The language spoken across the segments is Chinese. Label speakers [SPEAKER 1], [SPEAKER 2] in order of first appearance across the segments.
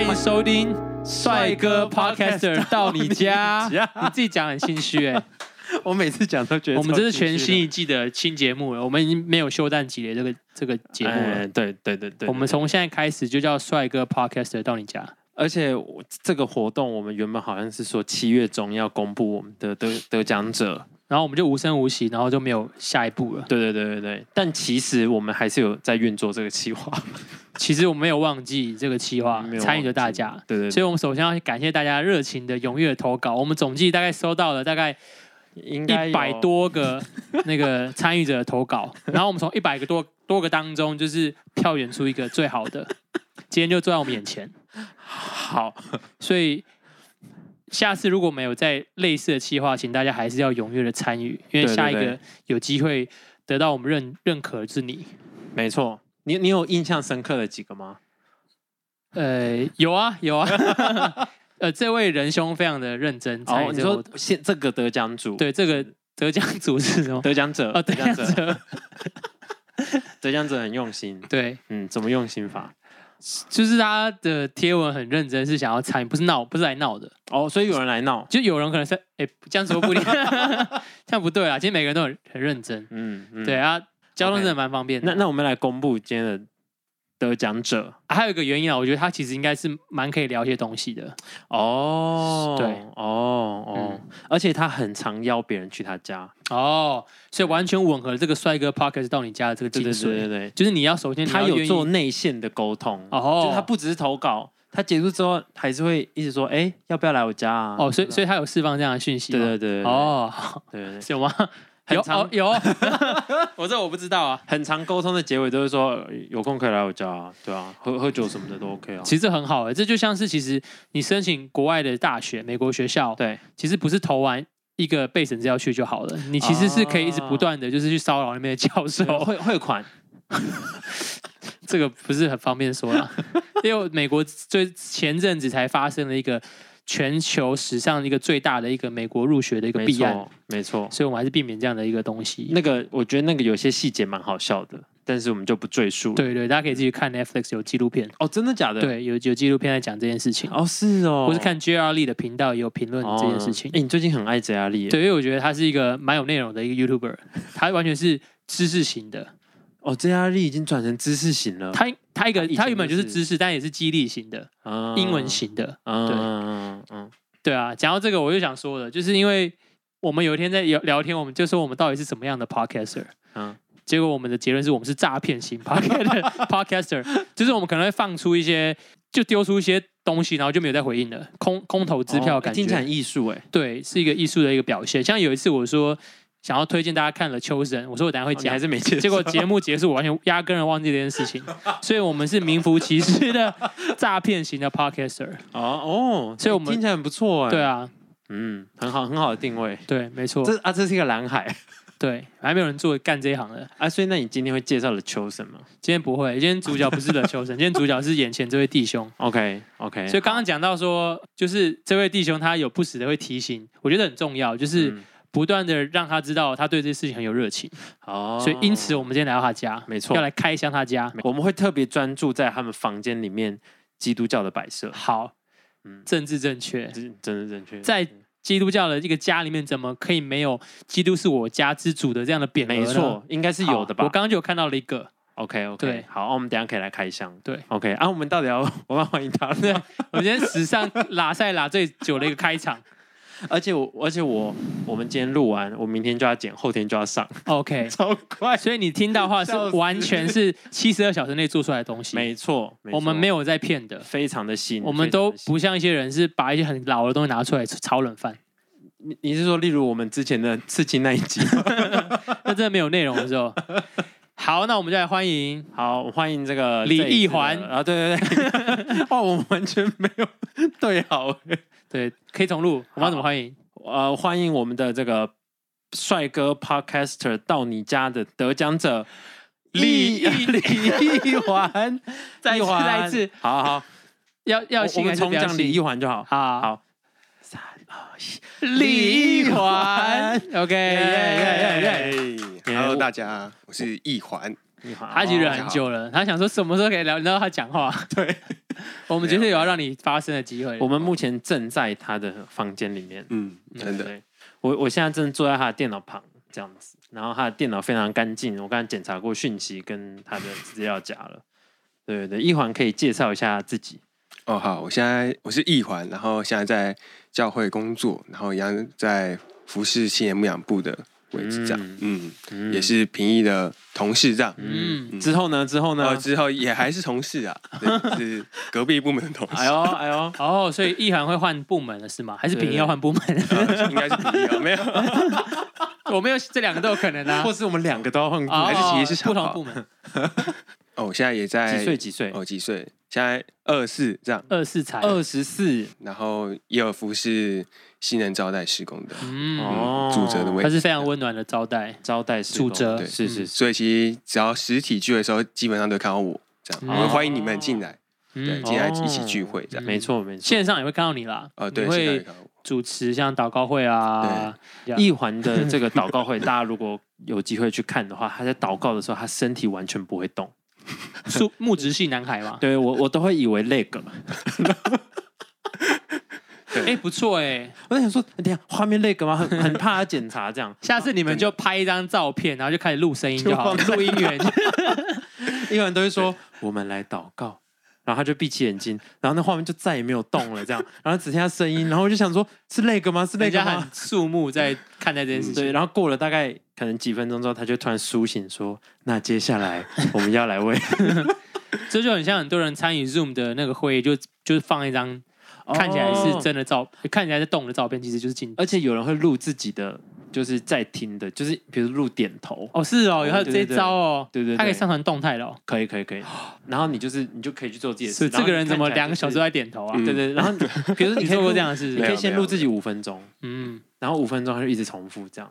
[SPEAKER 1] 迎收听《帅哥 Podcaster 到你家》
[SPEAKER 2] 到你家，
[SPEAKER 1] 你自己讲很心 虚哎。
[SPEAKER 2] 我每次讲都觉得
[SPEAKER 1] 我们这是
[SPEAKER 2] 超心
[SPEAKER 1] 全
[SPEAKER 2] 虚的
[SPEAKER 1] 新一季的新节目了，我们已经没有休蛋级的这个这个节目了
[SPEAKER 2] 哎。对对对对，
[SPEAKER 1] 我们从现在开始就叫帅哥 Podcaster 到你家，
[SPEAKER 2] 而且我这个活动我们原本好像是说七月中要公布我们的得 得奖者，
[SPEAKER 1] 然后我们就无声无息，然后就没有下一步了。
[SPEAKER 2] 对对对对对，但其实我们还是有在运作这个计划，
[SPEAKER 1] 其实我们没有忘记这个计划
[SPEAKER 2] 没有
[SPEAKER 1] 参与的大
[SPEAKER 2] 忘
[SPEAKER 1] 家
[SPEAKER 2] 记，对对
[SPEAKER 1] 所
[SPEAKER 2] 对，
[SPEAKER 1] 以我们首先要感谢大家热情的踊跃投稿。我们总计大概收到了大概
[SPEAKER 2] 应该有
[SPEAKER 1] 一百，多个那个参与者的投 稿，然后我们从一百个多多个当中，就是票选出一个最好的，今天就坐在我们眼前。
[SPEAKER 2] 好，
[SPEAKER 1] 所以下次如果没有在类似的企划，请大家还是要踊跃的参与，因为
[SPEAKER 2] 对对
[SPEAKER 1] 下一个
[SPEAKER 2] 对
[SPEAKER 1] 有机会得到我们认认可的是你。
[SPEAKER 2] 没错，你你有印象深刻的几个吗？
[SPEAKER 1] 呃，有啊有 啊，呃，这位仁兄非常的认真参
[SPEAKER 2] 哦，
[SPEAKER 1] 与
[SPEAKER 2] 你
[SPEAKER 1] 这个活
[SPEAKER 2] 说
[SPEAKER 1] 动、
[SPEAKER 2] 现这个得奖组，
[SPEAKER 1] 对这个得奖组是什么？
[SPEAKER 2] 得奖者，
[SPEAKER 1] 哦，得奖
[SPEAKER 2] 者，
[SPEAKER 1] 者，
[SPEAKER 2] 得奖者很用心，
[SPEAKER 1] 对，
[SPEAKER 2] 嗯，怎么用心法？
[SPEAKER 1] 就是他的贴文很认真，是想要参与，不是闹，不是来闹的。
[SPEAKER 2] 哦，所以有人来闹，
[SPEAKER 1] 就有人可能是，哎、这样说不一定， 这样不对啊啦。其实每个人都很很认真，
[SPEAKER 2] 嗯，嗯
[SPEAKER 1] 对啊，交通真的蛮方便的。
[SPEAKER 2] 那那我们来公布今天的得奖者
[SPEAKER 1] 还有一个原因啊，我觉得他其实应该是蛮可以聊一些东西的。
[SPEAKER 2] 哦
[SPEAKER 1] 对，
[SPEAKER 2] 哦哦、而且他很常邀别人去他家，
[SPEAKER 1] 哦，所以完全吻合了这个帅哥 podcast 到你家的这个
[SPEAKER 2] 对
[SPEAKER 1] 精
[SPEAKER 2] 对
[SPEAKER 1] 髓，
[SPEAKER 2] 对对对，
[SPEAKER 1] 就是你要首先你
[SPEAKER 2] 他
[SPEAKER 1] 要
[SPEAKER 2] 有
[SPEAKER 1] 愿意
[SPEAKER 2] 做内线的沟通，
[SPEAKER 1] 哦
[SPEAKER 2] 就是他不只是投稿，他结束之后还是会一直说，哎、要不要来我家啊？
[SPEAKER 1] 哦，所以
[SPEAKER 2] 对
[SPEAKER 1] 所以他有释放这样的讯息
[SPEAKER 2] 对
[SPEAKER 1] 吗，
[SPEAKER 2] 对对，哦，
[SPEAKER 1] 哦，
[SPEAKER 2] 对对对，
[SPEAKER 1] 是有吗？
[SPEAKER 2] 很
[SPEAKER 1] 有
[SPEAKER 2] 常
[SPEAKER 1] 哦有， 我这我不知道啊。
[SPEAKER 2] 很常沟通的结尾都是说呃有空可以来我家、啊，对啊，喝喝酒什么的都 OK 啊。
[SPEAKER 1] 其实这很好欸诶、这就像是其实你申请国外的大学、美国学校，
[SPEAKER 2] 对，
[SPEAKER 1] 其实不是投完一个备审资料去就好了，你其实是可以一直不断的就是去骚扰那边的教授，
[SPEAKER 2] 哦对汇汇款，
[SPEAKER 1] 这个不是很方便说 啦，因为美国最前阵子才发生了一个全球史上一个最大的一个美国入学的一个
[SPEAKER 2] 没
[SPEAKER 1] 弊案，
[SPEAKER 2] 错，没错。
[SPEAKER 1] 所以我们还是避免这样的一个东西。
[SPEAKER 2] 那个我觉得那个有些细节蛮好笑的，但是我们就不赘述了。
[SPEAKER 1] 对对，大家可以自己看 Netflix 有纪录片，
[SPEAKER 2] 哦，真的假的？，
[SPEAKER 1] 对，有有纪录片在讲这件事情，
[SPEAKER 2] 哦，是哦，
[SPEAKER 1] 或是看 JR Lee 的频道也有评论
[SPEAKER 2] 哦
[SPEAKER 1] 这件事情。
[SPEAKER 2] 诶你最近很爱这压力，
[SPEAKER 1] 对，因为我觉得他是一个蛮有内容的一个 YouTuber，他完全是知识型的，
[SPEAKER 2] 哦，这压力已经转成知识型了，
[SPEAKER 1] 他他一个
[SPEAKER 2] 嗯他以前
[SPEAKER 1] 他原本就是
[SPEAKER 2] 就是
[SPEAKER 1] 知识，但也是激励型的，
[SPEAKER 2] 啊
[SPEAKER 1] 英文，型的。
[SPEAKER 2] 嗯
[SPEAKER 1] 对
[SPEAKER 2] 嗯嗯嗯，
[SPEAKER 1] 对啊，讲到这个，我就想说了，就是因为我们有一天在聊聊天，我们就说我们到底是什么样的 podcaster，
[SPEAKER 2] 嗯
[SPEAKER 1] 结果我们的结论是我们是诈骗型 podcaster podcaster，就是我们可能会放出一些，就丢出一些东西，然后就没有再回应了，空空头支票的
[SPEAKER 2] 哦
[SPEAKER 1] 感觉。
[SPEAKER 2] 听起来很艺术哎，
[SPEAKER 1] 对，是一个艺术的一个表现。像有一次我说想要推荐大家看了《秋神》，我说我等一下会
[SPEAKER 2] 哦你
[SPEAKER 1] 讲
[SPEAKER 2] 还，是没接 受，
[SPEAKER 1] 结果节目结束，我完全压根儿忘记这件事 情，所以我们是名副其实的诈骗型的 podcaster。
[SPEAKER 2] 哦哦，
[SPEAKER 1] 所以
[SPEAKER 2] 诶
[SPEAKER 1] 我们
[SPEAKER 2] 听起来很不 错哎，
[SPEAKER 1] 对，啊，
[SPEAKER 2] 嗯，很好很好的定位，
[SPEAKER 1] 对，没错，
[SPEAKER 2] 这啊这是一个蓝海
[SPEAKER 1] 对，还没有人做干这一行的。
[SPEAKER 2] 啊，所以那你今天会介绍的秋什么
[SPEAKER 1] 今天不会，今天主角不是冷秋 神，今天主角是眼前这位弟兄。
[SPEAKER 2] ？OK OK，
[SPEAKER 1] 所以刚刚讲到说，就是这位弟兄他有不时的会提醒，我觉得很重要，
[SPEAKER 2] 嗯
[SPEAKER 1] 就是不断的让他知道他对这事情很有热情。
[SPEAKER 2] 哦，
[SPEAKER 1] 所以因此我们今天来到他家，
[SPEAKER 2] 没错
[SPEAKER 1] 要来开箱他家。
[SPEAKER 2] 我们会特别专注在他们房间里面基督教的摆设，
[SPEAKER 1] 好，
[SPEAKER 2] 嗯，
[SPEAKER 1] 政治正确，
[SPEAKER 2] 这真的正确，
[SPEAKER 1] 在基督教的一个家里面，怎么可以没有“基督是我家之主”的这样的匾额呢？
[SPEAKER 2] 没错，应该是
[SPEAKER 1] 好，
[SPEAKER 2] 有的吧？
[SPEAKER 1] 我刚刚就有看到了一 个，
[SPEAKER 2] OK
[SPEAKER 1] 对
[SPEAKER 2] OK，好，我们等一下可以来开箱。
[SPEAKER 1] 对
[SPEAKER 2] ，OK 啊，我们到底要 我们要欢迎他了，
[SPEAKER 1] 对，我们今天史上拉塞拉最久的一个开场。
[SPEAKER 2] 而且我而且我我们今天录完，我明天就要剪，后天就要 上，
[SPEAKER 1] OK，
[SPEAKER 2] 超快。
[SPEAKER 1] 所以你听到的话是
[SPEAKER 2] 笑死
[SPEAKER 1] 完全是七十二小时内做出来的东西，
[SPEAKER 2] 没错，
[SPEAKER 1] 我们没
[SPEAKER 2] 有
[SPEAKER 1] 有在骗的，
[SPEAKER 2] 非常的新，
[SPEAKER 1] 我们都
[SPEAKER 2] 非常的新
[SPEAKER 1] 不像一些人是把一些很老的东西拿出来炒冷 饭，
[SPEAKER 2] 你你是说，例如我们之前的刺青那一集？
[SPEAKER 1] 那真的没有内容的时候。好，那我们就来欢迎
[SPEAKER 2] 好，我欢迎这个
[SPEAKER 1] 李
[SPEAKER 2] 这一
[SPEAKER 1] 易
[SPEAKER 2] 次的
[SPEAKER 1] 环
[SPEAKER 2] 啊，对对 对，哦，我完全没有对好，
[SPEAKER 1] 对，可以重录，我们要怎么欢迎？
[SPEAKER 2] 呃，欢迎我们的这个帅哥 Podcaster 到你家的得奖者
[SPEAKER 1] 李
[SPEAKER 2] 易李易环，
[SPEAKER 1] 再一
[SPEAKER 2] 易
[SPEAKER 1] 次，
[SPEAKER 2] 环
[SPEAKER 1] 再一次，，
[SPEAKER 2] 好好。
[SPEAKER 1] 要要
[SPEAKER 2] 我我
[SPEAKER 1] 新还
[SPEAKER 2] 们
[SPEAKER 1] 是
[SPEAKER 2] 重
[SPEAKER 1] 不要
[SPEAKER 2] 讲李
[SPEAKER 1] 新
[SPEAKER 2] 一？环就好。
[SPEAKER 1] 好
[SPEAKER 2] 好，
[SPEAKER 1] 李一环，OK，
[SPEAKER 2] 耶耶耶耶耶
[SPEAKER 3] 耶！Hello，大家，我是易环。
[SPEAKER 2] 你好，
[SPEAKER 1] 他已经忍
[SPEAKER 3] 哦
[SPEAKER 1] 很久了，他想说什么时候可以聊到他讲话。
[SPEAKER 3] 对，
[SPEAKER 1] 我们绝对有要让你发声的机会。
[SPEAKER 2] 我们目前正在他的房间里面，
[SPEAKER 3] 嗯，真的，
[SPEAKER 2] 对，我我现在正坐在他的电脑旁这样子，然后他的电脑非常干净，我刚才检查过讯息跟他的资料夹了。对对对，一环可以介绍一下自己。
[SPEAKER 3] 哦，好，我现在我是易环，然后现在在教会工作，然后一样在服侍青年牧养部的位置，这样，嗯，
[SPEAKER 2] 嗯
[SPEAKER 3] 也是平易的同事这样。
[SPEAKER 1] 嗯，
[SPEAKER 2] 之后呢？之后
[SPEAKER 3] 然后
[SPEAKER 2] 呢？
[SPEAKER 3] 之后也还是同 事啊，对是隔壁部门的同事
[SPEAKER 2] 哎，呦哎呦，
[SPEAKER 1] 哦，所以意涵会换部门了是吗？还是
[SPEAKER 2] 对
[SPEAKER 1] 平要换部门？
[SPEAKER 3] 应该是平易啊，没有，
[SPEAKER 1] 我没有，这两个都有可能 啊
[SPEAKER 2] 或。是我们两个都要换股？
[SPEAKER 1] 哦
[SPEAKER 3] 还是其实是
[SPEAKER 1] 不
[SPEAKER 3] 长
[SPEAKER 1] 同
[SPEAKER 3] 跑
[SPEAKER 1] 部门，
[SPEAKER 3] 哦，我现在也在
[SPEAKER 2] 几岁？几岁？
[SPEAKER 3] 哦，几岁？现在二四这样，
[SPEAKER 1] 二四才
[SPEAKER 2] 二十四。
[SPEAKER 3] 然后也有服侍新人招待施工的，
[SPEAKER 1] 嗯，
[SPEAKER 2] 哦，
[SPEAKER 3] 主责的位
[SPEAKER 1] 他是非常温暖的招待。
[SPEAKER 2] 招待施工
[SPEAKER 1] 主责
[SPEAKER 3] 对
[SPEAKER 2] 是是是。
[SPEAKER 3] 所以其实只要实体聚的时候，基本上都看到我这样，
[SPEAKER 1] 嗯
[SPEAKER 3] 我会欢迎你们进来，对，
[SPEAKER 1] 嗯，
[SPEAKER 3] 进来一起聚会这样。
[SPEAKER 2] 哦没错没错，
[SPEAKER 1] 线上也会看到你啦。
[SPEAKER 3] 哦，对，
[SPEAKER 1] 你
[SPEAKER 3] 现在也
[SPEAKER 1] 会
[SPEAKER 3] 看到我
[SPEAKER 1] 主持像祷告会啊，这样
[SPEAKER 2] 一环的这个祷告会，大家如果有机会去看的话，他在祷告的时候，他身体完全不会动。
[SPEAKER 1] 树木直系男孩嘛。
[SPEAKER 2] 对我，我都会以为那个，
[SPEAKER 1] 哎，不错哎，
[SPEAKER 2] 我在想说，等一下画面那个吗？很 很怕他检查这样，
[SPEAKER 1] 下次你们就拍一张照片，然后就开始录声音就好了，
[SPEAKER 2] 就
[SPEAKER 1] 录音 源。
[SPEAKER 2] 一环都会说我们来祷告，然后他就闭起眼睛，然后那画面就再也没有动了，这样，然后只剩下声音，然后我就想说，是那个吗？是那
[SPEAKER 1] 人
[SPEAKER 2] 个
[SPEAKER 1] 家
[SPEAKER 2] 吗
[SPEAKER 1] 很？肃穆在看待这件事情。
[SPEAKER 2] 对，然后过了大概可能几分钟之后，他就突然苏醒，说：“那接下来我们要来 为
[SPEAKER 1] 这就很像很多人参与 Zoom 的那个会议，就就是放一张
[SPEAKER 2] 哦
[SPEAKER 1] 看起来是真的照，看起来是动的照片，其实就是镜头。
[SPEAKER 2] 而且有人会录自己的，就是在听的，就是比如录点头，
[SPEAKER 1] 哦，是哦，有他有
[SPEAKER 2] 对
[SPEAKER 1] 这
[SPEAKER 2] 对
[SPEAKER 1] 一招哦，
[SPEAKER 2] 对对对
[SPEAKER 1] 他可以上传动态的哦。
[SPEAKER 2] 可以可以可以。然后你就是你就可以去做自己的事。
[SPEAKER 1] 是这个人怎么两个小时都
[SPEAKER 2] 在？
[SPEAKER 1] 在点头啊
[SPEAKER 3] 嗯？
[SPEAKER 2] 对 对，然后你比如说
[SPEAKER 1] 你
[SPEAKER 2] 你可以
[SPEAKER 1] 做过
[SPEAKER 2] 录
[SPEAKER 1] 这样，的事
[SPEAKER 2] 你
[SPEAKER 1] 情？
[SPEAKER 3] 没
[SPEAKER 2] 可
[SPEAKER 3] 有
[SPEAKER 2] 以先录自己五分钟，
[SPEAKER 1] 嗯，
[SPEAKER 2] 然后五分钟他就一直重复这样。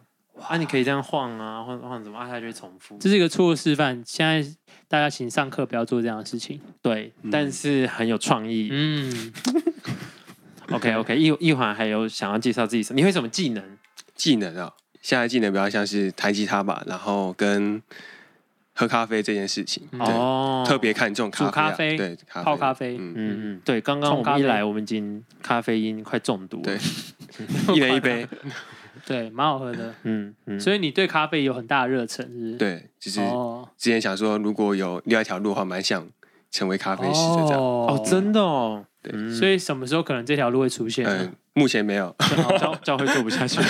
[SPEAKER 2] 啊，你可以这样晃啊，晃晃什么，啊，他就会重复。
[SPEAKER 1] 这是一个错误示范。现在大家请上课不要做这样的事情。
[SPEAKER 2] 对，但是很有创意。
[SPEAKER 1] 嗯，
[SPEAKER 2] OK OK，一一环还有想要介绍自己什么？你会什么技能？
[SPEAKER 3] 技能啊，现在技能比较像是弹吉他吧，然后跟喝咖啡这件事情，对，
[SPEAKER 2] 哦，
[SPEAKER 3] 特别看重
[SPEAKER 1] 嗯
[SPEAKER 3] 咖
[SPEAKER 1] 煮咖啡
[SPEAKER 3] 啡啊，对，咖
[SPEAKER 1] 泡咖啡
[SPEAKER 3] 嗯，
[SPEAKER 2] 嗯嗯，对，刚刚
[SPEAKER 1] 冲
[SPEAKER 2] 我们
[SPEAKER 1] 咖
[SPEAKER 2] 一
[SPEAKER 1] 啡
[SPEAKER 2] 来，我们已经咖啡因快中毒了。
[SPEAKER 3] 对，
[SPEAKER 1] 嗯
[SPEAKER 3] 一人一 杯，
[SPEAKER 1] 对，蛮好喝的。
[SPEAKER 2] 嗯嗯，
[SPEAKER 1] 所以你对咖啡有很大的热忱，是不是？，
[SPEAKER 3] 对，就是
[SPEAKER 1] 哦，
[SPEAKER 3] 之前想说，如果有另外一条路的话，蛮想成为咖啡师的这样。
[SPEAKER 1] 哦
[SPEAKER 2] 哦，真的哦，
[SPEAKER 3] 对
[SPEAKER 2] 嗯
[SPEAKER 1] 所以什么时候可能这条路会出现呢？
[SPEAKER 3] 嗯，目前没有。
[SPEAKER 2] 教教会做不下去。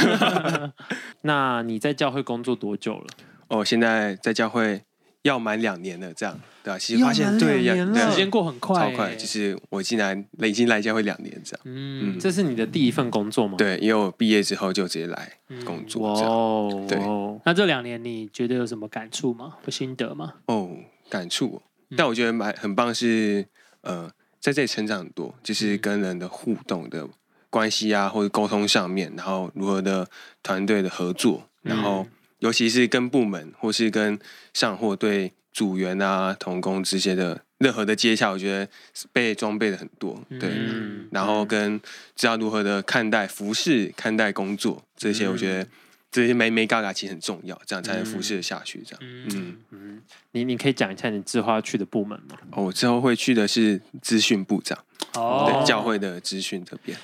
[SPEAKER 2] 那你在教会工作多久了？
[SPEAKER 3] 哦，现在在教会要满两年了，这样对吧、其实
[SPEAKER 2] 要
[SPEAKER 3] 发现
[SPEAKER 2] 满
[SPEAKER 3] 对
[SPEAKER 2] 两
[SPEAKER 3] 呀，
[SPEAKER 2] 年
[SPEAKER 3] 对啊
[SPEAKER 2] 了
[SPEAKER 1] 时间过很快、
[SPEAKER 3] 超
[SPEAKER 1] 欸，
[SPEAKER 3] 快，就是我竟然已经来教会两年这样。
[SPEAKER 1] 嗯
[SPEAKER 3] 嗯
[SPEAKER 2] 这是你的第一份工作吗？，
[SPEAKER 3] 对，因为我毕业之后就直接来
[SPEAKER 1] 嗯
[SPEAKER 3] 工作
[SPEAKER 2] 哇
[SPEAKER 3] 这样。
[SPEAKER 2] 哦，
[SPEAKER 3] 对
[SPEAKER 2] 哇哦，
[SPEAKER 1] 那这两年你觉得有什么感触吗？或心得吗？
[SPEAKER 3] 哦，感触哦、
[SPEAKER 2] 嗯
[SPEAKER 3] 但我觉得蛮很棒是，呃，在这里成长很多，
[SPEAKER 2] 嗯
[SPEAKER 3] 就是跟人的互动的关系啊，或者沟通上面，然后如何的团队的合作，
[SPEAKER 2] 嗯
[SPEAKER 3] 然后尤其是跟部门或是跟上或对组员啊、同工之间的任何的接洽，我觉得被装备的很多，对。
[SPEAKER 2] 嗯
[SPEAKER 3] 然后跟知道如何的看待服饰、看待工作这些，我觉
[SPEAKER 2] 嗯
[SPEAKER 3] 得这些眉眉嘎嘎其实很重要，这样才能服侍得下去。这样，嗯
[SPEAKER 1] 嗯，
[SPEAKER 2] 嗯，你你可以讲一下你计划去的部门吗？
[SPEAKER 3] 哦，我之后会去的是资讯部长，
[SPEAKER 1] 哦
[SPEAKER 3] 对，教会的资讯这边。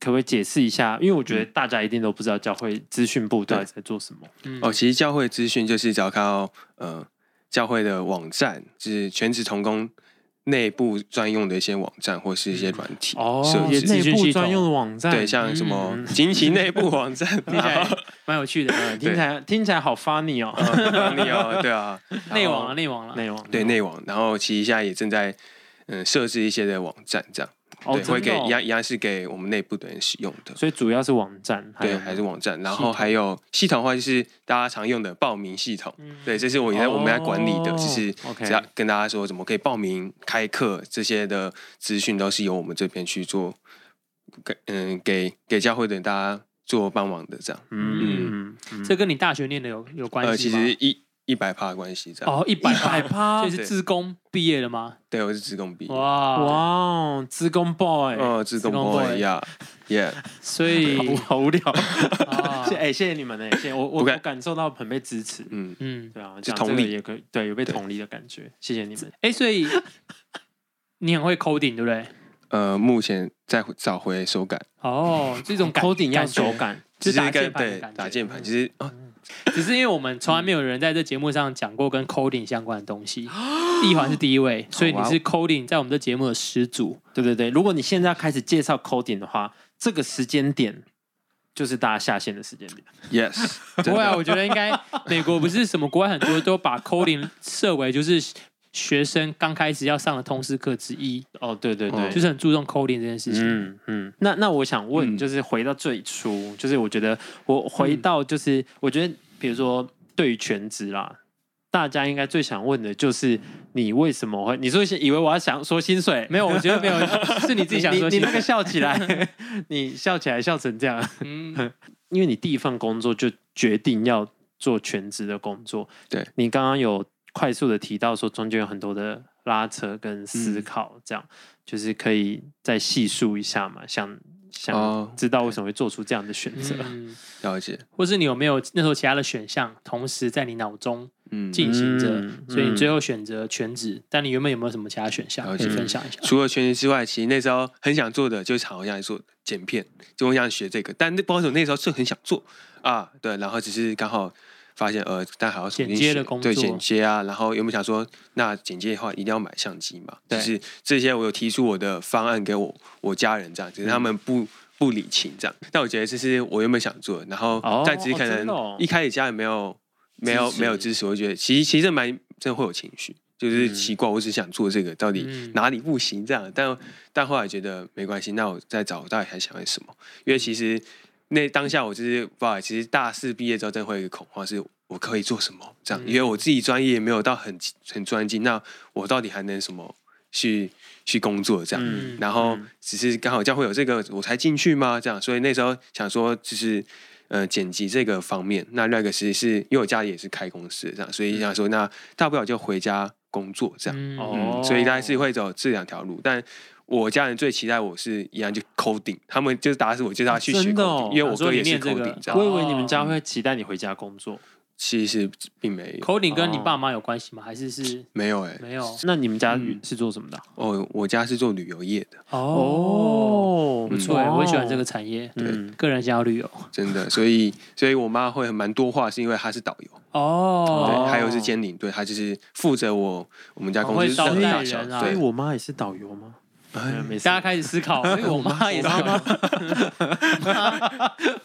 [SPEAKER 2] 可不可以解释一下？因为我觉
[SPEAKER 3] 嗯
[SPEAKER 2] 得大家一定都不知道教会资讯部到底在做什么。
[SPEAKER 1] 嗯
[SPEAKER 3] 哦，其实教会资讯就是只要看到呃教会的网站，就是全职童工内部专用的一些网站或是一些软体
[SPEAKER 2] 哦嗯
[SPEAKER 3] 设，
[SPEAKER 2] 一
[SPEAKER 3] 置。
[SPEAKER 2] 些内
[SPEAKER 1] 资讯
[SPEAKER 2] 部
[SPEAKER 1] 系统
[SPEAKER 2] 专用的网站，
[SPEAKER 3] 对，像什么惊奇内部网 站，啊
[SPEAKER 1] 听起来蛮有趣的，
[SPEAKER 2] 嗯听起来听起来好 funny 哦，
[SPEAKER 3] 帮你哦，对啊，
[SPEAKER 1] 内网啊，内网了，
[SPEAKER 2] 内容
[SPEAKER 3] 对内网，然后其实现在也正在嗯设置一些的网站，这样
[SPEAKER 2] 哦，
[SPEAKER 3] 对，会
[SPEAKER 2] 真
[SPEAKER 3] 给
[SPEAKER 2] 的哦
[SPEAKER 3] 一样一样是给我们内部的人使用的。
[SPEAKER 2] 所以主要是网站，还
[SPEAKER 3] 对，
[SPEAKER 2] 有
[SPEAKER 3] 还是网站，然
[SPEAKER 2] 系
[SPEAKER 3] 后
[SPEAKER 2] 统
[SPEAKER 3] 还有系统的话，就是大家常用的报名系统。
[SPEAKER 1] 嗯
[SPEAKER 3] 对，这是我也在我们在管理的，
[SPEAKER 2] 哦
[SPEAKER 3] 就是只要
[SPEAKER 2] OK
[SPEAKER 3] 跟大家说怎么可以报名、开课这些的资讯，都是由我们这边去做，给嗯给给教会的大家做帮忙的这样。
[SPEAKER 2] 嗯嗯嗯，
[SPEAKER 1] 这跟你大学念的有有关
[SPEAKER 3] 呃，
[SPEAKER 1] 系
[SPEAKER 3] 其
[SPEAKER 1] 吗？
[SPEAKER 3] 实一一百趴的关系这样。
[SPEAKER 1] 哦，一百
[SPEAKER 2] 百 趴
[SPEAKER 1] 所以，是自工毕业了吗？
[SPEAKER 3] 对，我是职工毕业，
[SPEAKER 1] 哇
[SPEAKER 2] 哇
[SPEAKER 1] 哇！
[SPEAKER 2] 哦，自工 boy，
[SPEAKER 3] 哦，职工
[SPEAKER 1] 自贡 boy
[SPEAKER 3] boy 呀，yeah，
[SPEAKER 1] 所
[SPEAKER 2] 好
[SPEAKER 1] 以
[SPEAKER 2] 无好无聊。
[SPEAKER 1] 啊
[SPEAKER 2] 谢，哎，谢谢你们哎，谢谢我我
[SPEAKER 3] 不
[SPEAKER 2] 我
[SPEAKER 3] 敢
[SPEAKER 2] 感受到很被支持，
[SPEAKER 3] 嗯，
[SPEAKER 1] 嗯，
[SPEAKER 2] 对啊，
[SPEAKER 3] 就
[SPEAKER 2] 讲
[SPEAKER 3] 同
[SPEAKER 2] 这个
[SPEAKER 3] 理
[SPEAKER 2] 也可以，对，有被
[SPEAKER 3] 对
[SPEAKER 2] 同理的感觉，谢谢你们。
[SPEAKER 1] 哎，所以你很会 coding 对不对？
[SPEAKER 3] 呃，目前在找回手感，
[SPEAKER 1] 哦，这种
[SPEAKER 2] coding 要
[SPEAKER 1] 感手，
[SPEAKER 2] 手感，
[SPEAKER 1] 就
[SPEAKER 3] 只
[SPEAKER 1] 打
[SPEAKER 3] 是
[SPEAKER 1] 键
[SPEAKER 3] 跟
[SPEAKER 1] 盘的
[SPEAKER 3] 对
[SPEAKER 1] 感觉嗯
[SPEAKER 3] 打键盘，其实啊，
[SPEAKER 1] 只是因为我们从来没有人在这节目上讲过跟 coding 相关的东西，一环是第一位，所以你
[SPEAKER 3] 哇哦
[SPEAKER 1] 是 coding 在我们这节目的始祖。
[SPEAKER 2] 对对对。如果你现在要开始介绍 coding 的话，这个时间点就是大家下线的时间点。
[SPEAKER 3] yes，
[SPEAKER 1] 不会啊，我觉得应该美国不是什么国外很多都把 coding 设为就是学生刚开始要上的通识课之一，
[SPEAKER 2] 哦，对对对，
[SPEAKER 3] 哦
[SPEAKER 1] 就是很注重 coding 这件事情。
[SPEAKER 2] 嗯嗯，那那我想问，
[SPEAKER 3] 嗯
[SPEAKER 2] 就是回到最初，就是我觉得我
[SPEAKER 1] 嗯
[SPEAKER 2] 回到就是，我觉得比如说对于全职啦，大家应该最想问的就是你为什么会？你说以为我要想说薪水？
[SPEAKER 1] 没有，我觉得没有，是你自己想说 其
[SPEAKER 2] 你你
[SPEAKER 1] 实。
[SPEAKER 2] 那个笑起 来，你笑起来笑成这样，
[SPEAKER 1] 嗯，
[SPEAKER 2] 因为你第一份工作就决定要做全职的工作。
[SPEAKER 3] 对
[SPEAKER 2] 你刚刚有快速的提到说，中间有很多的拉扯跟
[SPEAKER 3] 嗯
[SPEAKER 2] 思考，这样、就是可以再细述一下嘛？想
[SPEAKER 3] 哦
[SPEAKER 2] 想知道为什么会做出这样的选择？
[SPEAKER 1] 嗯
[SPEAKER 3] 了解，
[SPEAKER 1] 或是你有没有那时候其他的选项同时在你脑中
[SPEAKER 3] 嗯，
[SPEAKER 1] 进行着，
[SPEAKER 2] 嗯
[SPEAKER 1] 所以你最后选择全职？但你原本有没有什么其他选项
[SPEAKER 3] 了
[SPEAKER 1] 可
[SPEAKER 3] 解
[SPEAKER 1] 以分享一下？
[SPEAKER 3] 除了全职之外，其实那时候很想做的就是好像做剪片，就我想学这个，但那不好意思，我那时候是很想做啊，对，然后只是刚好发现呃，但还要重新
[SPEAKER 1] 剪接的
[SPEAKER 3] 学
[SPEAKER 1] 工
[SPEAKER 3] 对
[SPEAKER 1] 作
[SPEAKER 3] 剪接啊，然后原本想说，那剪接的话一定要买相机嘛，
[SPEAKER 1] 对
[SPEAKER 3] 就是这些我有提出我的方案给我我家人这样，只
[SPEAKER 2] 嗯
[SPEAKER 3] 是他们不。不理情这样，但我觉得这是我原本想做的，然后
[SPEAKER 2] 哦
[SPEAKER 3] 但只是可
[SPEAKER 2] 哦真的哦
[SPEAKER 3] 能一开始家里没有没有
[SPEAKER 2] 支持
[SPEAKER 3] 没有支持，我觉得其实其实蛮真的会有情绪，就是
[SPEAKER 2] 嗯
[SPEAKER 3] 奇怪，我只想做这个，到底
[SPEAKER 1] 嗯
[SPEAKER 3] 哪里不行这样，但但后来觉得没关系，那我再找我到底还想要什么？因为其
[SPEAKER 2] 嗯
[SPEAKER 3] 实那当下我就是不好意思，其实大四毕业之后真的会有一个恐慌，是我可以做什么这样？因为
[SPEAKER 2] 嗯
[SPEAKER 3] 我自己专业也没有到很很专精，那我到底还能什么去去工作这样？
[SPEAKER 2] 嗯
[SPEAKER 3] 然后
[SPEAKER 2] 嗯
[SPEAKER 3] 只是刚好教会有这个，我才进去吗？这样，所以那时候想说就是。呃，剪辑这个方面，那另外一个是是因为我家里也是开公司的这样，
[SPEAKER 2] 嗯
[SPEAKER 3] 所以想说那大不了就回家工作这样。
[SPEAKER 1] 嗯
[SPEAKER 2] 哦
[SPEAKER 3] 嗯，所以大概是会走这两条路，但我家人最期待我是一样就 coding，他们就是答案是我就是要去
[SPEAKER 2] 啊
[SPEAKER 3] 学
[SPEAKER 2] 真
[SPEAKER 3] coding，、
[SPEAKER 2] 的哦
[SPEAKER 3] 因为我
[SPEAKER 1] 想说
[SPEAKER 3] 哥
[SPEAKER 1] 你
[SPEAKER 3] 也是
[SPEAKER 1] 念这
[SPEAKER 3] coding
[SPEAKER 1] 个哦嗯
[SPEAKER 3] 这样，
[SPEAKER 2] 我以为你们家会期待你回家工作，
[SPEAKER 3] 其实并没有，
[SPEAKER 1] coding 跟你爸妈有关系吗？还是是
[SPEAKER 3] 没有哎、欸，
[SPEAKER 1] 没有？
[SPEAKER 2] 那你们家
[SPEAKER 3] 嗯
[SPEAKER 2] 是做什么的啊？
[SPEAKER 3] 哦，我家是做旅游业的，
[SPEAKER 1] 哦，
[SPEAKER 2] 不
[SPEAKER 3] 嗯
[SPEAKER 1] 不错，我也喜欢这个，产业。
[SPEAKER 2] 嗯，
[SPEAKER 1] 个人想要旅游
[SPEAKER 3] 真的，所以 所以我妈会蛮多话，是因为她是导游，
[SPEAKER 1] 哦，
[SPEAKER 3] 对，还有是监领队，她就是负责我我们家公
[SPEAKER 1] 很会
[SPEAKER 3] 司
[SPEAKER 1] 招
[SPEAKER 3] 上
[SPEAKER 1] 待
[SPEAKER 3] 大小，
[SPEAKER 1] 人啊
[SPEAKER 2] 所以
[SPEAKER 3] 对，
[SPEAKER 2] 我妈也是导游吗？哎没事
[SPEAKER 1] 大家开始思 考，因为我妈也是导游，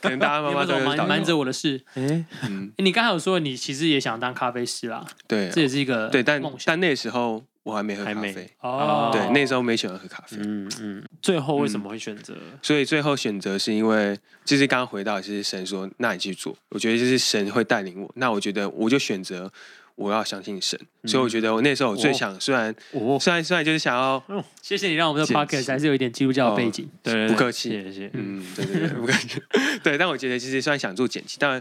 [SPEAKER 3] 可能大家 妈
[SPEAKER 1] 你
[SPEAKER 3] 妈
[SPEAKER 1] 为
[SPEAKER 3] 都
[SPEAKER 1] 什
[SPEAKER 3] 是
[SPEAKER 1] 么瞒
[SPEAKER 3] 导
[SPEAKER 1] 瞒着
[SPEAKER 3] 游，
[SPEAKER 1] 我的事？
[SPEAKER 2] 哎，
[SPEAKER 3] 嗯，
[SPEAKER 1] 你刚才有说你其实也想当咖啡师啦，
[SPEAKER 3] 对啊
[SPEAKER 1] 这也是一个
[SPEAKER 3] 对，但
[SPEAKER 1] 梦想
[SPEAKER 3] 但那时候我还没喝
[SPEAKER 2] 还
[SPEAKER 3] 咖
[SPEAKER 2] 没
[SPEAKER 3] 啡，
[SPEAKER 1] 哦。
[SPEAKER 3] 对，那时候没喜欢喝咖啡，
[SPEAKER 2] 嗯嗯，最后为什么会选择？
[SPEAKER 3] 所以最后选择是因为，就是刚刚回到，就是神说，那你去做。我觉得就是神会带领我，那我觉得我就选择我要相信神。
[SPEAKER 2] 嗯
[SPEAKER 3] 所以我觉得我那时候我最想，虽然
[SPEAKER 2] 哦，
[SPEAKER 3] 虽然虽然就是想要，
[SPEAKER 1] 谢谢你让我们的 podcast 还是有一点基督教的背景，
[SPEAKER 2] 对，
[SPEAKER 3] 不客气
[SPEAKER 2] 谢谢。
[SPEAKER 3] 嗯，对对对，不感觉 对，但我觉得其实虽然想做剪辑，但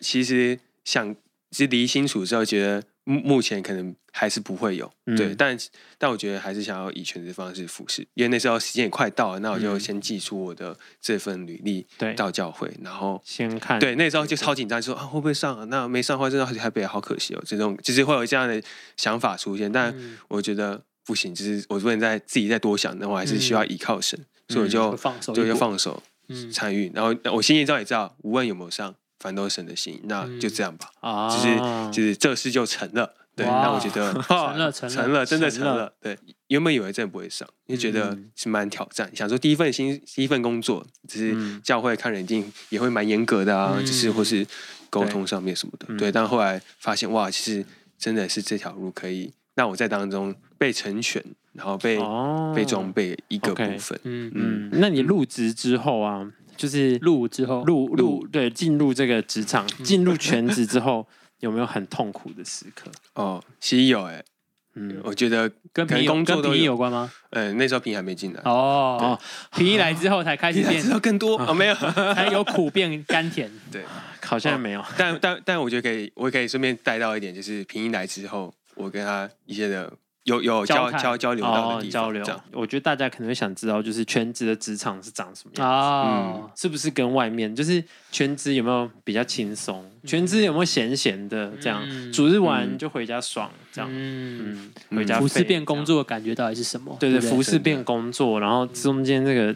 [SPEAKER 3] 其实想其实理清楚之后，觉得目目前可能还是不会有。
[SPEAKER 2] 嗯
[SPEAKER 3] 对，但但我觉得还是想要以全职方式服侍，因为那时候时间也快到了，那我就
[SPEAKER 2] 嗯
[SPEAKER 3] 先寄出我的这份履历
[SPEAKER 2] 对，
[SPEAKER 3] 到教会，然后。
[SPEAKER 2] 先看
[SPEAKER 3] 对，那时候就超紧张，说啊会不会上啊？那没上的话，真的台北好可惜哦。这种就是会有这样的想法出现，但
[SPEAKER 1] 嗯
[SPEAKER 3] 我觉得不行，就是我不能再自己再多想，那我还是需要依靠神，所以我
[SPEAKER 1] 嗯会
[SPEAKER 3] 就
[SPEAKER 1] 放手一
[SPEAKER 3] 哦就就
[SPEAKER 1] 搏
[SPEAKER 3] 放手
[SPEAKER 1] 嗯
[SPEAKER 3] 参与。然后我心意照也知道，无论有没有上，反正都是神的心意，那就
[SPEAKER 1] 嗯
[SPEAKER 3] 这样吧。
[SPEAKER 2] 啊，
[SPEAKER 3] 就是就是这事就成了，对，
[SPEAKER 1] 哇
[SPEAKER 3] 那我觉 得嗯成
[SPEAKER 1] 了成了
[SPEAKER 3] 成了，真的成
[SPEAKER 2] 成
[SPEAKER 3] 了。对，原本以为真的不会上，因为觉得
[SPEAKER 2] 嗯
[SPEAKER 3] 是蛮挑战，想说第一份新第一份工作，只
[SPEAKER 2] 嗯
[SPEAKER 3] 是教会看人一定也会蛮严格的啊，
[SPEAKER 1] 嗯
[SPEAKER 3] 只是或是沟通上面什么的，
[SPEAKER 2] 嗯
[SPEAKER 3] 对。但后来发现哇，其实真的是这条路可以让我在当中被成全，然后被
[SPEAKER 2] 哦
[SPEAKER 3] 被装。备一个
[SPEAKER 2] OK
[SPEAKER 3] 部分。
[SPEAKER 1] 嗯，
[SPEAKER 2] 嗯，那你入职之后啊，就是
[SPEAKER 1] 录之后
[SPEAKER 2] 入入嗯对进入这个职 场，进入全职之后，有没有很痛苦的时刻？
[SPEAKER 3] 哦，其实有哎，
[SPEAKER 2] 嗯，
[SPEAKER 3] 我觉得，
[SPEAKER 1] 跟
[SPEAKER 3] 可能
[SPEAKER 1] 皮有
[SPEAKER 3] 工作
[SPEAKER 1] 跟
[SPEAKER 3] 都
[SPEAKER 1] 皮
[SPEAKER 3] 有
[SPEAKER 1] 有关吗？
[SPEAKER 3] 嗯，那时候平还没进来，
[SPEAKER 1] 哦，皮一来之后才开始
[SPEAKER 3] 你才
[SPEAKER 1] 变
[SPEAKER 3] 知，道更多哦，没有，
[SPEAKER 1] 才由苦变甘甜。
[SPEAKER 3] 对，
[SPEAKER 2] 好像没有。
[SPEAKER 3] 但但但我觉得可以，我可以顺便带到一点，就是平一来之后，我跟他一些的有有
[SPEAKER 1] 交
[SPEAKER 3] 交
[SPEAKER 1] 谈
[SPEAKER 3] 交交流到
[SPEAKER 2] 哦，
[SPEAKER 3] 的地方，
[SPEAKER 2] 交流
[SPEAKER 3] 这样，
[SPEAKER 2] 我觉得大家可能会想知道，就是全职的职场是长什么 样，
[SPEAKER 1] 哦，
[SPEAKER 2] 是不是跟外面就是全职有没有比较轻松，全职有没有闲闲的这样，
[SPEAKER 1] 嗯
[SPEAKER 2] 主日完
[SPEAKER 3] 嗯
[SPEAKER 2] 就回家爽这样，
[SPEAKER 1] 嗯，
[SPEAKER 2] 嗯，
[SPEAKER 3] 嗯
[SPEAKER 2] 回家
[SPEAKER 1] 服饰
[SPEAKER 2] 废
[SPEAKER 1] 变工
[SPEAKER 2] 这样，
[SPEAKER 1] 作的感觉到底是什么？
[SPEAKER 2] 对
[SPEAKER 1] 对不
[SPEAKER 2] 对，
[SPEAKER 1] 对，
[SPEAKER 2] 服饰变工作，然
[SPEAKER 1] 嗯
[SPEAKER 2] 后中间这个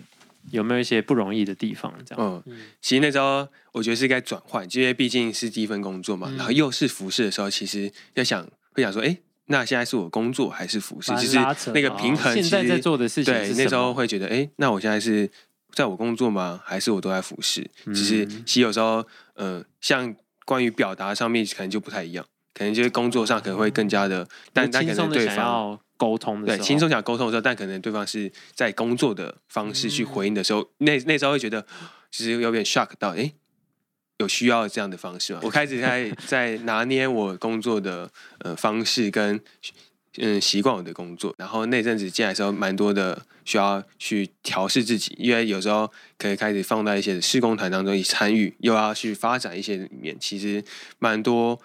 [SPEAKER 2] 有没有一些不容易的地方这样？
[SPEAKER 3] 嗯
[SPEAKER 1] 嗯，
[SPEAKER 3] 其实那时候我觉得是该转换，因为毕竟是第一份工作嘛，
[SPEAKER 1] 嗯
[SPEAKER 3] 然后又是服饰的时候，其实要想会想说，哎，那现在是我工作还是服饰？
[SPEAKER 1] 蛮
[SPEAKER 3] 就是
[SPEAKER 1] 拉扯
[SPEAKER 3] 那个
[SPEAKER 1] 的哦
[SPEAKER 3] 平衡，
[SPEAKER 2] 现在
[SPEAKER 3] 其实
[SPEAKER 2] 在做的事情
[SPEAKER 3] 对
[SPEAKER 2] 是，
[SPEAKER 3] 那
[SPEAKER 2] 什
[SPEAKER 3] 时候
[SPEAKER 2] 么？
[SPEAKER 3] 会觉得，哎，那我现在是在我工作吗？还是我都在服饰？
[SPEAKER 2] 嗯
[SPEAKER 3] 只是其实有时候，嗯、像关于表达上面，可能就不太一样，可能就是工作上可能会更加的，但但
[SPEAKER 2] 轻
[SPEAKER 3] 可
[SPEAKER 2] 松
[SPEAKER 3] 能
[SPEAKER 2] 的
[SPEAKER 3] 对
[SPEAKER 2] 想
[SPEAKER 3] 方。
[SPEAKER 2] 要沟通的
[SPEAKER 3] 对
[SPEAKER 2] 时，候，
[SPEAKER 3] 轻松想沟通的时候，但可能对方是在工作的方式去回
[SPEAKER 2] 嗯
[SPEAKER 3] 应的时候，那那时候会觉得其实有点 shock 到，哎，有需要这样的方式吗？我开 始在在拿捏我工作的呃方式跟嗯习惯我的工作，然后那阵子进来的时候，蛮多的需要去调试自己，因为有时候可以开始放在一些施工团当中去参与，又要去发展一些里面，其实蛮多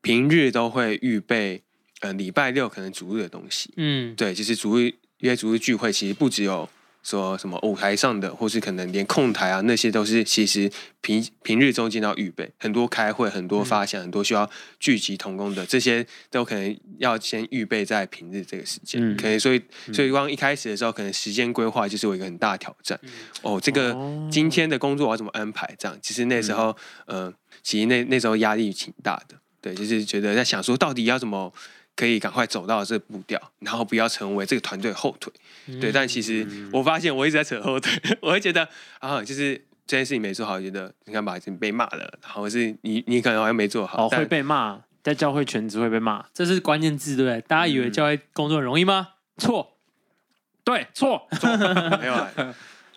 [SPEAKER 3] 平日都会预备。呃，礼拜六可能主日的东西，
[SPEAKER 1] 嗯，
[SPEAKER 3] 对，就是主日因为主日聚会，其实不只有说什么舞台上的，或是可能连控台啊那些都是，其实平平日中间要预备很多开会、很多
[SPEAKER 2] 嗯
[SPEAKER 3] 发想、很多需要聚集同工的，这些都可能要先预备在平日这个时间。
[SPEAKER 2] 嗯嗯
[SPEAKER 3] 可能所以所以光一开始的时候，可能时间规划就是我一个很大的挑战。哦，这个
[SPEAKER 2] 哦
[SPEAKER 3] 今天的工作我要怎么安排？这样，其实那时候，嗯、其实那那时候压力挺大的，对，就是觉得在想说，到底要怎么可以赶快走到这步调，然后不要成为这个团队后腿，
[SPEAKER 1] 嗯
[SPEAKER 3] 对。
[SPEAKER 2] 嗯
[SPEAKER 3] 但其实我发现我一直在扯后腿， 我会觉得啊，就是这件事情没做好，觉得你看吧，已经被骂了，然后是你你可能好像没做好，
[SPEAKER 2] 哦
[SPEAKER 3] 但
[SPEAKER 2] 会被骂，在教会全职会被骂，
[SPEAKER 1] 这是关键字，对不对？大家以为教会工作很容易吗？错，
[SPEAKER 2] 对，错，
[SPEAKER 3] 没有啊，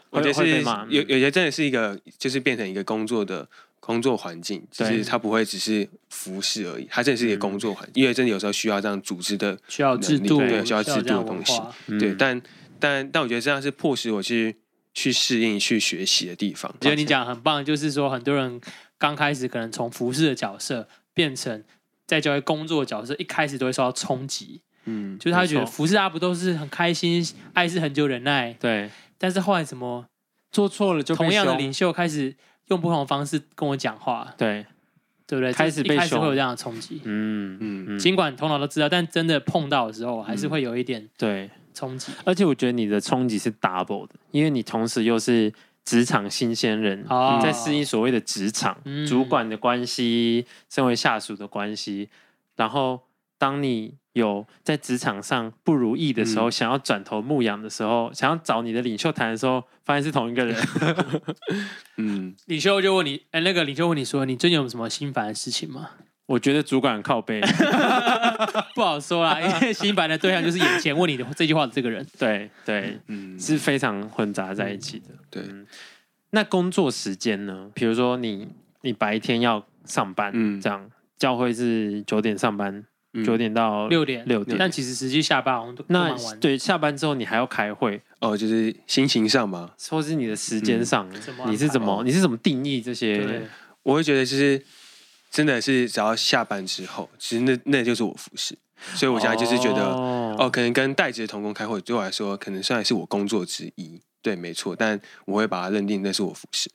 [SPEAKER 3] 我觉
[SPEAKER 2] 会会
[SPEAKER 3] 得是
[SPEAKER 2] 被骂嗯
[SPEAKER 3] 有有些真的是一个，就是变成一个工作的工作环境，就
[SPEAKER 2] 对
[SPEAKER 3] 是它不会只是服饰而已，它真的是一个工作环境，因为真的有时候需要这样组织的，
[SPEAKER 1] 需要制度，
[SPEAKER 3] 对需要制度的
[SPEAKER 1] 这样文
[SPEAKER 3] 东西
[SPEAKER 1] 化
[SPEAKER 3] 对，
[SPEAKER 2] 嗯
[SPEAKER 3] 但但但我觉得这样是迫使我去去适应、去学习的地方。
[SPEAKER 1] 我觉得你讲得很棒，就是说很多人刚开始可能从服侍的角色变成在教会工作的角色，一开始都会受到冲击，
[SPEAKER 3] 嗯，
[SPEAKER 1] 就是他会觉得
[SPEAKER 2] 没错
[SPEAKER 1] 服侍啊不都是很开心，爱是很久忍耐，
[SPEAKER 2] 对，
[SPEAKER 1] 但是后来怎么
[SPEAKER 2] 做错了就被
[SPEAKER 1] 同样的
[SPEAKER 2] 凶
[SPEAKER 1] 领袖开始用不同的方式跟我讲话，
[SPEAKER 2] 对，
[SPEAKER 1] 对不对？
[SPEAKER 2] 开始
[SPEAKER 1] 这一
[SPEAKER 2] 被
[SPEAKER 1] 开始
[SPEAKER 2] 凶
[SPEAKER 1] 会有这样的冲击，
[SPEAKER 2] 嗯
[SPEAKER 3] 嗯
[SPEAKER 2] 嗯，
[SPEAKER 1] 尽管头脑都知道，但真的碰到的时候还是会有一点
[SPEAKER 2] 对，
[SPEAKER 1] 冲击。
[SPEAKER 2] 而且我觉得你的冲击是 double 的，因为你同时又是职场新鲜人，
[SPEAKER 1] 哦
[SPEAKER 2] 在适应所谓的职场、
[SPEAKER 1] 嗯
[SPEAKER 2] 主管的关系，身为下属的关系，然后当你有在职场上不如意的时候，想要转头牧羊的时候，想要找你的领袖谈的时候，发现是同一个人，
[SPEAKER 3] 嗯，
[SPEAKER 1] 领袖就问你，哎，那个领袖问你说，你最近有什么心烦的事情吗？
[SPEAKER 2] 我觉得主管很靠背，
[SPEAKER 1] 不好说啦，因为心烦的对象就是眼前问你的这句话的这个人。
[SPEAKER 2] 对对，
[SPEAKER 3] 嗯
[SPEAKER 2] 是非常混杂在一起的。
[SPEAKER 3] 对
[SPEAKER 2] 嗯那工作时间呢？比如说你你白天要上班，
[SPEAKER 3] 嗯
[SPEAKER 2] 这样教会是九点上班，九、点 到
[SPEAKER 1] 六点
[SPEAKER 2] 六点。
[SPEAKER 1] 但其实实际下班好像都都
[SPEAKER 2] 那
[SPEAKER 1] 蛮晚的。
[SPEAKER 2] 对下班之后你还要开会，
[SPEAKER 3] 哦，就是心情上嘛，
[SPEAKER 2] 或是你的时
[SPEAKER 3] 嗯
[SPEAKER 2] 间上，
[SPEAKER 1] 怎么安排哦
[SPEAKER 2] 你是怎么你是怎么定义这些
[SPEAKER 1] 对？
[SPEAKER 3] 我会觉得就是真的是只要下班之后，其实那那就是我服饰，所以我现在就是觉得。
[SPEAKER 2] 哦
[SPEAKER 3] 哦，可能跟代职的同工开会，对我来说，可能算是我工作之一，对，没错。但我会把它认定那是我服饰，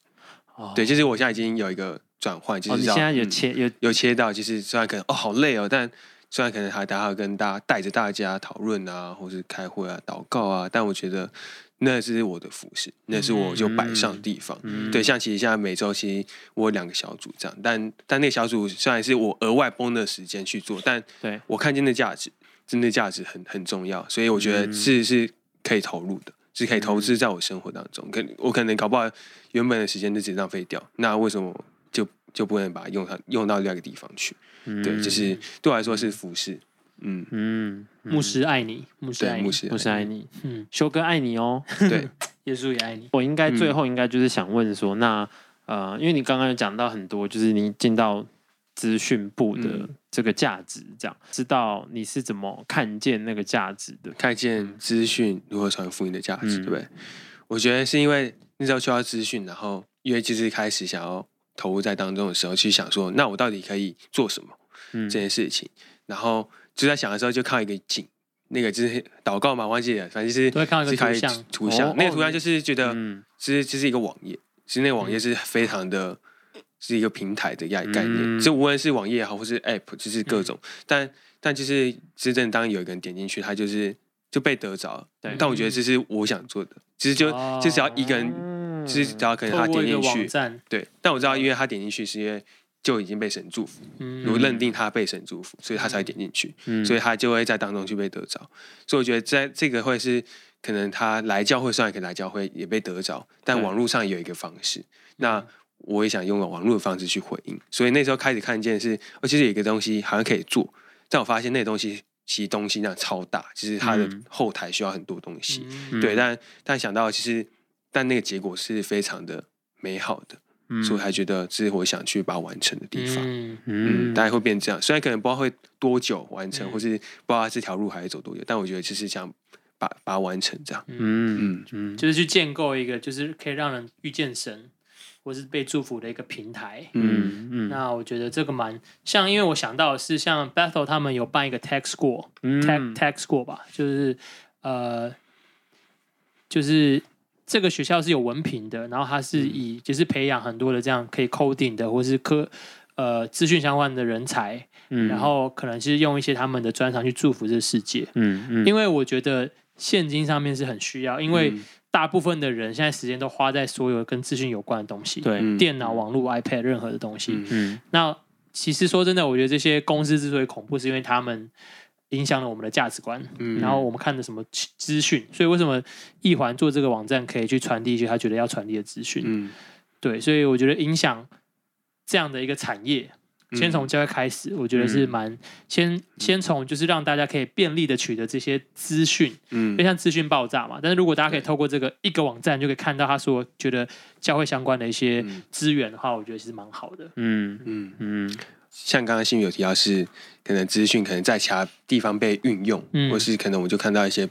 [SPEAKER 2] 哦
[SPEAKER 3] 对，就是我现在已经有一个转换，就
[SPEAKER 2] 哦，
[SPEAKER 3] 是
[SPEAKER 2] 你
[SPEAKER 3] 知道、
[SPEAKER 2] 现在有
[SPEAKER 3] 嗯
[SPEAKER 2] 切有
[SPEAKER 3] 有切到，就是虽然可能哦好累哦，但虽然可能还大家跟大家带着大家讨论啊，或是开会啊、祷告啊，但我觉得那是我的服饰，那是我就摆上的地方。
[SPEAKER 2] 嗯
[SPEAKER 3] 对，像其实现在每周其实我有两个小组这样，但嗯但那个小组虽然是我额外崩的时间去做，但
[SPEAKER 2] 对
[SPEAKER 3] 我看见的价值，真的价值很很重要，所以我觉得是、是可以投入的，是可以投资在我生活当中。可我可能搞不好原本的时间就直接浪费掉，那为什么就就不能把它用上用到另外一个地方去？对，就是对我来说是服饰，嗯，
[SPEAKER 2] 嗯，
[SPEAKER 1] 牧师爱你，啊牧师爱
[SPEAKER 3] 对，
[SPEAKER 1] 你
[SPEAKER 3] 牧，师，
[SPEAKER 2] 不是爱，你，
[SPEAKER 1] 嗯，哦
[SPEAKER 2] 修哥爱你哦。
[SPEAKER 3] 对，
[SPEAKER 1] 耶稣也爱你。
[SPEAKER 2] 我应该
[SPEAKER 3] 嗯
[SPEAKER 2] 最后应该就是想问说，那呃，因为你刚刚有讲到很多，就是你进到资讯部的
[SPEAKER 1] 嗯
[SPEAKER 2] 这个价值，这样知道你是怎么看见那个价值的。
[SPEAKER 3] 看见资讯如何传福音的价值，
[SPEAKER 2] 嗯
[SPEAKER 3] 对不对？我觉得是因为那时候需要资讯，然后因为就是开始想要投入在当中的时候，去想说，那我到底可以做什么
[SPEAKER 2] 嗯
[SPEAKER 3] 这，件事情？然后就在想的时候，就看到一个景，那个就是祷告嘛，忘记了，反正就是
[SPEAKER 1] 都会看到一个
[SPEAKER 3] 是看
[SPEAKER 1] 图像
[SPEAKER 3] 图
[SPEAKER 2] 哦
[SPEAKER 3] 像，那
[SPEAKER 2] 哦
[SPEAKER 3] 个图像就是觉得
[SPEAKER 2] 嗯
[SPEAKER 3] 是这是一个网页，其实那个
[SPEAKER 1] 嗯
[SPEAKER 3] 网页是非常的，是一个平台的概概念，
[SPEAKER 2] 嗯
[SPEAKER 3] 就无论是网页也好，或是 App，就是各
[SPEAKER 1] 嗯
[SPEAKER 3] 种，但但就是真正当有一个人点进去，他就是就被得着了
[SPEAKER 2] 对。
[SPEAKER 3] 但我觉得这是我想做的，其实就
[SPEAKER 1] 哦
[SPEAKER 3] 就只要一个人，
[SPEAKER 2] 嗯
[SPEAKER 3] 就是只要可能他
[SPEAKER 1] 透过
[SPEAKER 3] 点
[SPEAKER 1] 一个
[SPEAKER 3] 进
[SPEAKER 1] 网
[SPEAKER 3] 去，
[SPEAKER 1] 站，
[SPEAKER 3] 对。但我知道，因为他点进去是因为就已经被神祝福，
[SPEAKER 1] 嗯
[SPEAKER 3] 我认定他被神祝福，所以他才会点进去。
[SPEAKER 2] 嗯
[SPEAKER 3] 所以他就会在当中去被得着。所以我觉得在这个会是可能他来教会，虽然可能来教会也被得着，但
[SPEAKER 2] 对嗯
[SPEAKER 3] 网络上有一个方式，那我也想用网络的方式去回应。所以那时候开始看见是，哦，其实有一个东西好像可以做，但我发现那个东西其实东西量超大，其实它的
[SPEAKER 2] 嗯
[SPEAKER 3] 后台需要很多东西。
[SPEAKER 1] 嗯
[SPEAKER 3] 对，但但想到其实，但那个结果是非常的美好的，
[SPEAKER 2] 嗯
[SPEAKER 3] 所以我才觉得这是我想去把它完成的地方。
[SPEAKER 1] 嗯
[SPEAKER 3] 嗯，
[SPEAKER 2] 嗯
[SPEAKER 3] 大概会变这样。虽然可能不知道会多久完成，
[SPEAKER 1] 嗯
[SPEAKER 3] 或是不知道这条路还会走多久，但我觉得就是想把把它完成这样。
[SPEAKER 2] 嗯
[SPEAKER 3] 嗯，
[SPEAKER 2] 嗯
[SPEAKER 1] 就是去建构一个，就是可以让人遇见神，或是被祝福的一个平台。
[SPEAKER 3] 嗯
[SPEAKER 2] 嗯嗯
[SPEAKER 1] 那我觉得这个蛮像，因为我想到的是像 Battle 他们有办一个 Tech School，
[SPEAKER 2] 嗯
[SPEAKER 1] tech tech school 吧，就是呃，就是这个学校是有文凭的，然后它是
[SPEAKER 2] 嗯
[SPEAKER 1] 以就是培养很多的这样可以 coding 的或是科呃资讯相关的人才，
[SPEAKER 2] 嗯
[SPEAKER 1] 然后可能是用一些他们的专长去祝福这个世界，
[SPEAKER 2] 嗯嗯，
[SPEAKER 1] 因为我觉得现金上面是很需要，因为
[SPEAKER 3] 嗯
[SPEAKER 1] 大部分的人现在时间都花在所有跟资讯有关的东西，
[SPEAKER 2] 对，
[SPEAKER 3] 嗯
[SPEAKER 1] 电脑、网络、iPad 任何的东西，
[SPEAKER 3] 嗯
[SPEAKER 2] 嗯
[SPEAKER 1] 那其实说真的，我觉得这些公司之所以恐怖，是因为他们影响了我们的价值观，
[SPEAKER 3] 嗯
[SPEAKER 1] 然后我们看的什么资讯。所以为什么一环做这个网站可以去传递一些他觉得要传递的资讯？
[SPEAKER 3] 嗯
[SPEAKER 1] 对，所以我觉得影响这样的一个产业，
[SPEAKER 3] 嗯
[SPEAKER 1] 先从教会开始，我觉得是蛮先先从就是让大家可以便利的取得这些资讯，
[SPEAKER 3] 嗯
[SPEAKER 1] 就像资讯爆炸嘛。但是如果大家可以透过这个一个网站就可以看到他所觉得教会相关的一些
[SPEAKER 3] 嗯
[SPEAKER 1] 资源的话，我觉得其实蛮好的。
[SPEAKER 2] 嗯
[SPEAKER 3] 嗯，
[SPEAKER 2] 嗯
[SPEAKER 3] 像刚刚新宇有提到是，可能资讯可能在其他地方被运用，
[SPEAKER 1] 嗯
[SPEAKER 3] 或是可能我就看到一些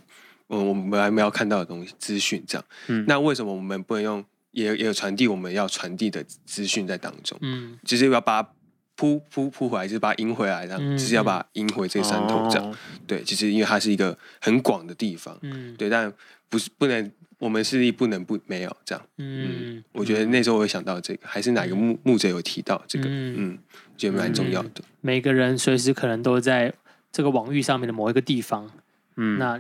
[SPEAKER 3] 嗯我们本来没有看到的东西资讯这样。
[SPEAKER 2] 嗯
[SPEAKER 3] 那为什么我们不能用也有也有传递我们要传递的资讯在当中？
[SPEAKER 1] 嗯，
[SPEAKER 3] 只是要把它扑扑扑回来，就是把它赢回来，这样，
[SPEAKER 1] 嗯
[SPEAKER 3] 只是要把它赢回这个山头这样。
[SPEAKER 2] 哦
[SPEAKER 3] 对，其实因为它是一个很广的地方，
[SPEAKER 1] 嗯，
[SPEAKER 3] 对，但不是不能，我们势力不能不没有这样。
[SPEAKER 1] 嗯，
[SPEAKER 3] 我觉得那时候我有想到这个，还是哪个牧牧者有提到这个，
[SPEAKER 1] 嗯
[SPEAKER 3] 嗯，觉得蛮重要的。
[SPEAKER 1] 每个人随时可能都在这个网域上面的某一个地方。
[SPEAKER 2] 嗯
[SPEAKER 1] 那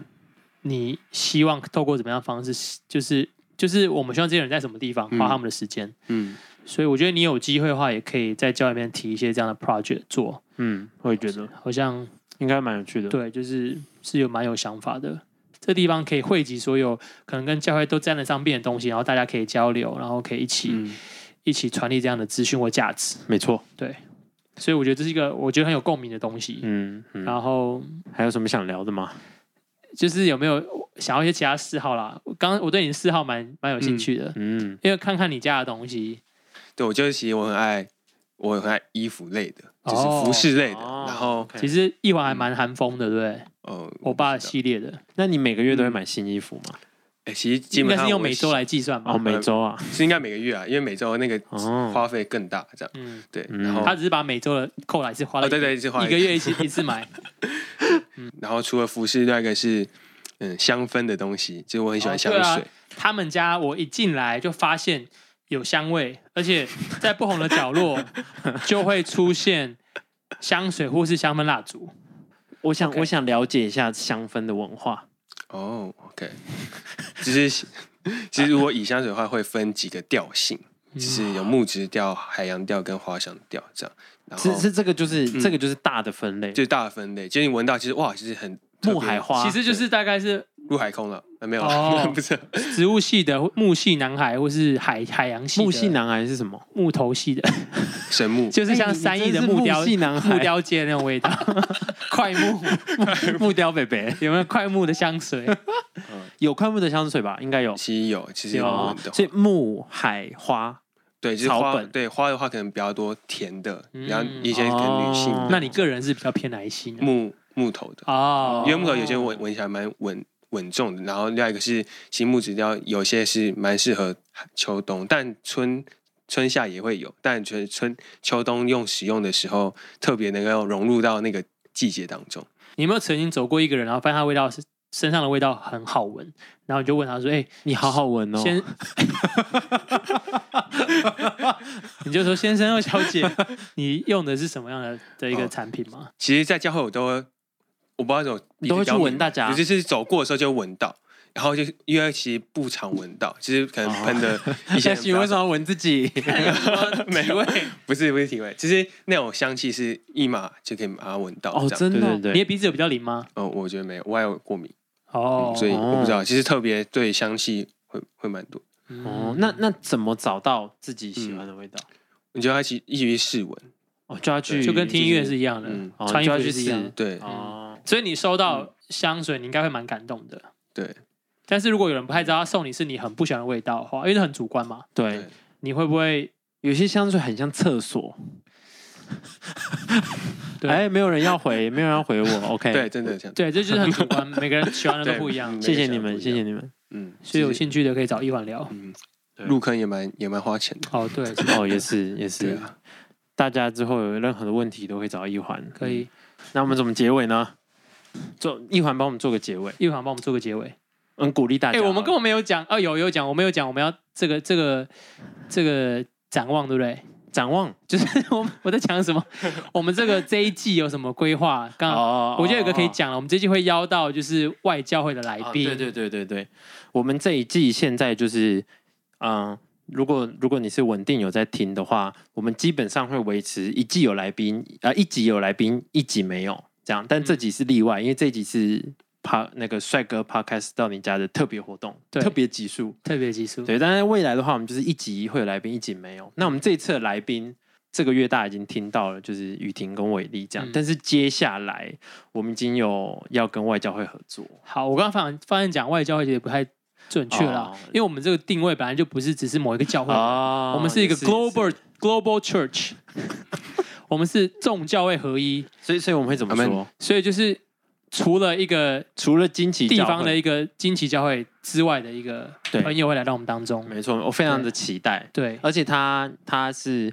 [SPEAKER 1] 你希望透过怎么样的方式，就是就是我们希望这些人在什么地方
[SPEAKER 3] 嗯
[SPEAKER 1] 花他们的时间？
[SPEAKER 3] 嗯
[SPEAKER 1] 所以我觉得你有机会的话，也可以在教里面提一些这样的 project 做，
[SPEAKER 2] 嗯，我也觉得
[SPEAKER 1] 好像
[SPEAKER 2] 应该蛮有趣的。
[SPEAKER 1] 对，就是是有蛮有想法的。这地方可以汇集所有可能跟教会都沾得上边的东西，然后大家可以交流，然后可以一起、
[SPEAKER 3] 嗯
[SPEAKER 1] 一起传递这样的资讯或价值。
[SPEAKER 2] 没错，
[SPEAKER 1] 所以我觉得这是一个我觉得很有共鸣的东西。
[SPEAKER 2] 嗯嗯，
[SPEAKER 1] 然后
[SPEAKER 2] 还有什么想聊的吗？
[SPEAKER 1] 就是有没有想要一些其他嗜好啦？我刚我对你的嗜好蛮蛮有兴趣的，
[SPEAKER 2] 嗯
[SPEAKER 1] 因为看看你家的东西，
[SPEAKER 3] 对，我就是其实我很爱，我很爱衣服类的，就是
[SPEAKER 1] 哦
[SPEAKER 3] 服饰类的，
[SPEAKER 2] 哦
[SPEAKER 3] 然后
[SPEAKER 2] OK
[SPEAKER 1] 其实一环还蛮韩风的，对不对？
[SPEAKER 3] 呃，
[SPEAKER 1] 欧巴系列的，
[SPEAKER 2] 那你每个月都会
[SPEAKER 1] 嗯
[SPEAKER 2] 买新衣服吗？
[SPEAKER 3] 哎，其实基
[SPEAKER 1] 应
[SPEAKER 3] 本
[SPEAKER 1] 该
[SPEAKER 3] 上
[SPEAKER 1] 是用
[SPEAKER 3] 我
[SPEAKER 1] 每周来计算
[SPEAKER 2] 哦，
[SPEAKER 1] 吧。
[SPEAKER 2] 每周啊，
[SPEAKER 3] 是应该每个月啊，因为每周那个
[SPEAKER 2] 哦
[SPEAKER 3] 花费更大这样，
[SPEAKER 1] 嗯，
[SPEAKER 3] 对，
[SPEAKER 2] 嗯
[SPEAKER 3] 然后
[SPEAKER 1] 他只是把每周的扣来是花了
[SPEAKER 3] 哦
[SPEAKER 1] 一
[SPEAKER 3] 对
[SPEAKER 1] 个
[SPEAKER 3] 对，就花
[SPEAKER 1] 一个月一次一次买，
[SPEAKER 3] 然后除了服饰，另外一个是嗯香氛的东西，就是我很喜欢
[SPEAKER 1] 哦
[SPEAKER 3] 香
[SPEAKER 1] 对啊
[SPEAKER 3] 水。
[SPEAKER 1] 他们家我一进来就发现有香味，而且在不同的角落就会出现香水或是香氛蜡烛。
[SPEAKER 2] 我想
[SPEAKER 1] OK
[SPEAKER 2] 我想了解一下香氛的文化。
[SPEAKER 3] 哦、o k 其实其实如果以香水的话，会分几个调性，
[SPEAKER 2] 嗯
[SPEAKER 3] 就是有木质调、海洋调跟花香调这样。然后
[SPEAKER 2] 是是这个就是
[SPEAKER 1] 嗯
[SPEAKER 2] 这个就是大的分类，
[SPEAKER 3] 最大的分类，就是你闻到其实哇，其实很
[SPEAKER 2] 木海花。
[SPEAKER 1] 其实就是大概是
[SPEAKER 3] 入海空了，呃、没有啦，
[SPEAKER 1] 哦
[SPEAKER 3] 不是
[SPEAKER 1] 植物系的木系男孩，或是海海洋系的
[SPEAKER 2] 木系男孩是什么？
[SPEAKER 1] 木头系的，
[SPEAKER 3] 神 木，
[SPEAKER 1] 就是
[SPEAKER 2] 哎
[SPEAKER 1] 像
[SPEAKER 2] 你
[SPEAKER 1] 三
[SPEAKER 2] 真
[SPEAKER 1] 亿的
[SPEAKER 2] 是
[SPEAKER 1] 木雕
[SPEAKER 2] 木系男孩
[SPEAKER 1] 木雕界那种味道，快木
[SPEAKER 2] 木雕北北
[SPEAKER 1] 有没有快木的香水？
[SPEAKER 2] 有快木的香水吧？应该有。
[SPEAKER 3] 其实有，其实有
[SPEAKER 1] 有
[SPEAKER 3] 闻
[SPEAKER 2] 哦
[SPEAKER 3] 到，
[SPEAKER 2] 所以木海花
[SPEAKER 3] 对，就是
[SPEAKER 2] 草
[SPEAKER 3] 花
[SPEAKER 2] 本
[SPEAKER 3] 对花的话可能比较多甜的，比较
[SPEAKER 1] 嗯
[SPEAKER 3] 一些可能女性
[SPEAKER 2] 哦
[SPEAKER 3] 的
[SPEAKER 1] 那你个人是比较偏哪一型呢？
[SPEAKER 3] 木木头的，
[SPEAKER 1] 哦，
[SPEAKER 3] 因为木头有些闻闻起来蛮稳稳重的，然后另外一个是新木质调，有些是蛮适合秋冬，但春春夏也会有，但觉得春秋冬用使用的时候特别能够融入到那个季节当中。
[SPEAKER 1] 你有没有曾经走过一个人，然后发现他味道是身上的味道很好闻，然后你就问他说：“哎、
[SPEAKER 2] 你好好闻哦，
[SPEAKER 1] 先，你就说先生或小姐， 你用的是什么样的的一个
[SPEAKER 3] 哦
[SPEAKER 1] 产品吗？
[SPEAKER 3] 其实，在教会我都会我不知道怎么
[SPEAKER 2] 你都会
[SPEAKER 3] 一直教
[SPEAKER 2] 去闻大家
[SPEAKER 3] 我就是走过的时候就闻到。然后就因为其实不常闻到，其实可能
[SPEAKER 2] 哦
[SPEAKER 3] 喷的一些
[SPEAKER 2] 小
[SPEAKER 3] 人比
[SPEAKER 2] 许
[SPEAKER 3] 较
[SPEAKER 2] 为什么要闻自己？
[SPEAKER 3] 没有，不是不是体味，其实那种香气是一码就可以把它闻到。
[SPEAKER 2] 哦，
[SPEAKER 3] 这样
[SPEAKER 2] 真的哦，
[SPEAKER 1] 你的鼻子有比较灵吗？
[SPEAKER 3] 哦，我觉得没有，我还有过敏，
[SPEAKER 2] 嗯
[SPEAKER 1] 哦，
[SPEAKER 3] 所以我不知道。其实特别对香气会会蛮多。
[SPEAKER 1] 嗯
[SPEAKER 2] 哦，那那怎么找到自己喜欢的味道？
[SPEAKER 3] 我觉得它其一起去试闻，
[SPEAKER 2] 哦，就要去
[SPEAKER 1] 就跟听音乐
[SPEAKER 2] 就是
[SPEAKER 1] 一样的，
[SPEAKER 3] 嗯
[SPEAKER 2] 哦
[SPEAKER 1] 穿衣
[SPEAKER 2] 就
[SPEAKER 1] 服
[SPEAKER 2] 要
[SPEAKER 1] 也
[SPEAKER 2] 去
[SPEAKER 1] 是一样的嗯
[SPEAKER 2] 试。
[SPEAKER 3] 对
[SPEAKER 2] 哦，
[SPEAKER 1] 所以你收到香水，你应该会蛮感动的。
[SPEAKER 3] 对
[SPEAKER 1] 但是如果有人不太知道他送你是你很不喜欢的味道的话，因为这很主观嘛，
[SPEAKER 2] 对
[SPEAKER 3] 对，，
[SPEAKER 1] 你会不会
[SPEAKER 2] 有些香水很像厕 所。
[SPEAKER 1] 对
[SPEAKER 2] 哎，没有人要回，没有人要回 我。OK，
[SPEAKER 3] 对，，真的这样。
[SPEAKER 1] 对？这就是很主 观，每个人喜欢的
[SPEAKER 3] 对
[SPEAKER 1] 都不一样。
[SPEAKER 3] 嗯
[SPEAKER 2] 谢谢
[SPEAKER 3] 每个
[SPEAKER 2] 你
[SPEAKER 3] 人
[SPEAKER 2] 们，
[SPEAKER 3] 不一
[SPEAKER 2] 谢
[SPEAKER 3] 样
[SPEAKER 2] 谢你们。
[SPEAKER 3] 嗯，
[SPEAKER 1] 所以有
[SPEAKER 3] 其实
[SPEAKER 1] 兴趣的可以找一环聊。
[SPEAKER 3] 嗯，
[SPEAKER 2] 对
[SPEAKER 3] 入坑也蛮也蛮花钱的。
[SPEAKER 1] 哦，对，
[SPEAKER 2] 哦，也是也
[SPEAKER 3] 对
[SPEAKER 2] 是，
[SPEAKER 3] 啊，
[SPEAKER 2] 大家之后有任何的问题都会找一环。
[SPEAKER 1] 可以，
[SPEAKER 2] 那我们怎么结尾呢？做一环帮我们做个结尾，
[SPEAKER 1] 一环帮我们做个结尾。
[SPEAKER 2] 嗯，鼓励大
[SPEAKER 1] 哎、
[SPEAKER 2] 家。
[SPEAKER 1] 我们根本没有讲哦，有有讲，我们有讲我们要这个这个这个展望，对不对？
[SPEAKER 2] 展望
[SPEAKER 1] 就是 我们我在讲 什么？我们这个这一季有什么规划？刚好、啊
[SPEAKER 2] 哦
[SPEAKER 1] 我觉得有个可以
[SPEAKER 2] 讲。
[SPEAKER 1] 讲了，我们这季会邀到就是外教会的来
[SPEAKER 2] 啊
[SPEAKER 1] 宾、
[SPEAKER 2] 对对对对对，我们这一季现在就是，嗯、如果如果你是稳定有在听的话，我们基本上会维持一季有来宾，啊，一集有来宾，一集没有这样，
[SPEAKER 1] 嗯
[SPEAKER 2] 但这集是例外，因为这集是。帕那个帅哥 podcast 到你家的特别活动，
[SPEAKER 1] 对
[SPEAKER 2] 特别集数，
[SPEAKER 1] 特别技术。
[SPEAKER 2] 对。但是未来的话，我们就是一集会有来宾，一集没有。那我们这一次的来宾，这个月大家已经听到了，就是雨婷跟伟丽这样。
[SPEAKER 1] 嗯
[SPEAKER 2] 但是接下来我们已经有要跟外交会合作，
[SPEAKER 1] 好，我刚刚发现发现讲外教会也不太准确啦，
[SPEAKER 2] 哦
[SPEAKER 1] 因为我们这个定位本来就不是只是某一个教会，
[SPEAKER 2] 啊
[SPEAKER 1] 我们是一个
[SPEAKER 2] 也也
[SPEAKER 1] global global church，我们是众教会合一，
[SPEAKER 2] 所以所以我们会怎么
[SPEAKER 3] 阿
[SPEAKER 2] 说
[SPEAKER 3] 们？
[SPEAKER 1] 所以就是除了一个
[SPEAKER 2] 除了惊奇
[SPEAKER 1] 地
[SPEAKER 2] 教会
[SPEAKER 1] 方的，一个惊奇教会之外的一个
[SPEAKER 2] 对
[SPEAKER 1] 朋友会来到我们当中。
[SPEAKER 2] 没错，我非常的期待，
[SPEAKER 1] 对，
[SPEAKER 2] 而且他他是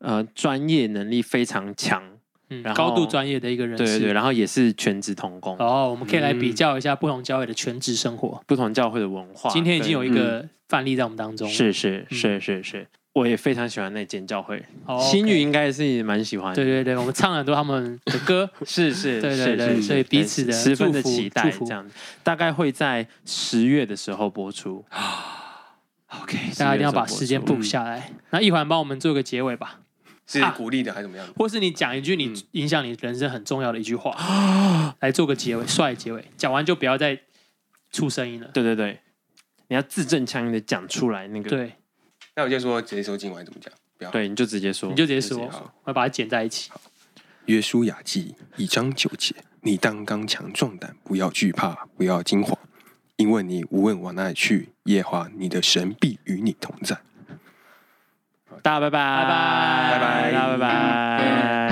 [SPEAKER 2] 呃专业能力非常强，
[SPEAKER 1] 嗯，
[SPEAKER 2] 然后
[SPEAKER 1] 高度专业的一个人士。
[SPEAKER 2] 对对对，然后也是全职童工，
[SPEAKER 1] 然后我们可以来比较一下不同教会的全职生活。
[SPEAKER 2] 不同教会的文化。
[SPEAKER 1] 今天已经有一
[SPEAKER 2] 嗯对
[SPEAKER 1] 个范例在我们当中，
[SPEAKER 2] 是是
[SPEAKER 1] 嗯
[SPEAKER 2] 是是是，我也非常喜欢那间教会，
[SPEAKER 1] 哦
[SPEAKER 2] 新宇
[SPEAKER 1] OK
[SPEAKER 2] 应该是蛮喜欢的，
[SPEAKER 1] 对对对，我们唱了很多他们的 歌。
[SPEAKER 2] 是是，
[SPEAKER 1] 对对
[SPEAKER 2] 是
[SPEAKER 1] 对
[SPEAKER 2] 是
[SPEAKER 1] 所以
[SPEAKER 2] 是
[SPEAKER 1] 彼此的
[SPEAKER 2] 十分的
[SPEAKER 1] 祝福
[SPEAKER 2] 期待
[SPEAKER 1] 祝福
[SPEAKER 2] 这样，大概会在十月的时候播出。
[SPEAKER 1] 啊 OK，大家一定要把时
[SPEAKER 2] 嗯
[SPEAKER 1] 间 book 下来。那一环帮我们做个结尾吧，
[SPEAKER 3] 是
[SPEAKER 1] 啊
[SPEAKER 3] 鼓励的还是怎么样的？
[SPEAKER 1] 或是你讲一句你
[SPEAKER 3] 嗯
[SPEAKER 1] 影响你人生很重要的一句 话，来做个结尾，帅结尾。讲完就不要再出声音了。
[SPEAKER 2] 对对对，你要字正腔圆的讲出来那个，
[SPEAKER 1] 对，
[SPEAKER 3] 那我就说直接收进完怎么讲？不要。
[SPEAKER 2] 对，你就直接说，
[SPEAKER 1] 你就直接说
[SPEAKER 3] 好，
[SPEAKER 1] 我把它剪在一起。
[SPEAKER 3] 约书亚记一章九节：你当刚强壮胆，不要惧怕，不要惊慌，因为你无论往哪里去，耶和华你的神必与你同在。
[SPEAKER 2] 大家
[SPEAKER 1] 拜
[SPEAKER 2] 拜拜，
[SPEAKER 1] 拜
[SPEAKER 2] 大家拜拜。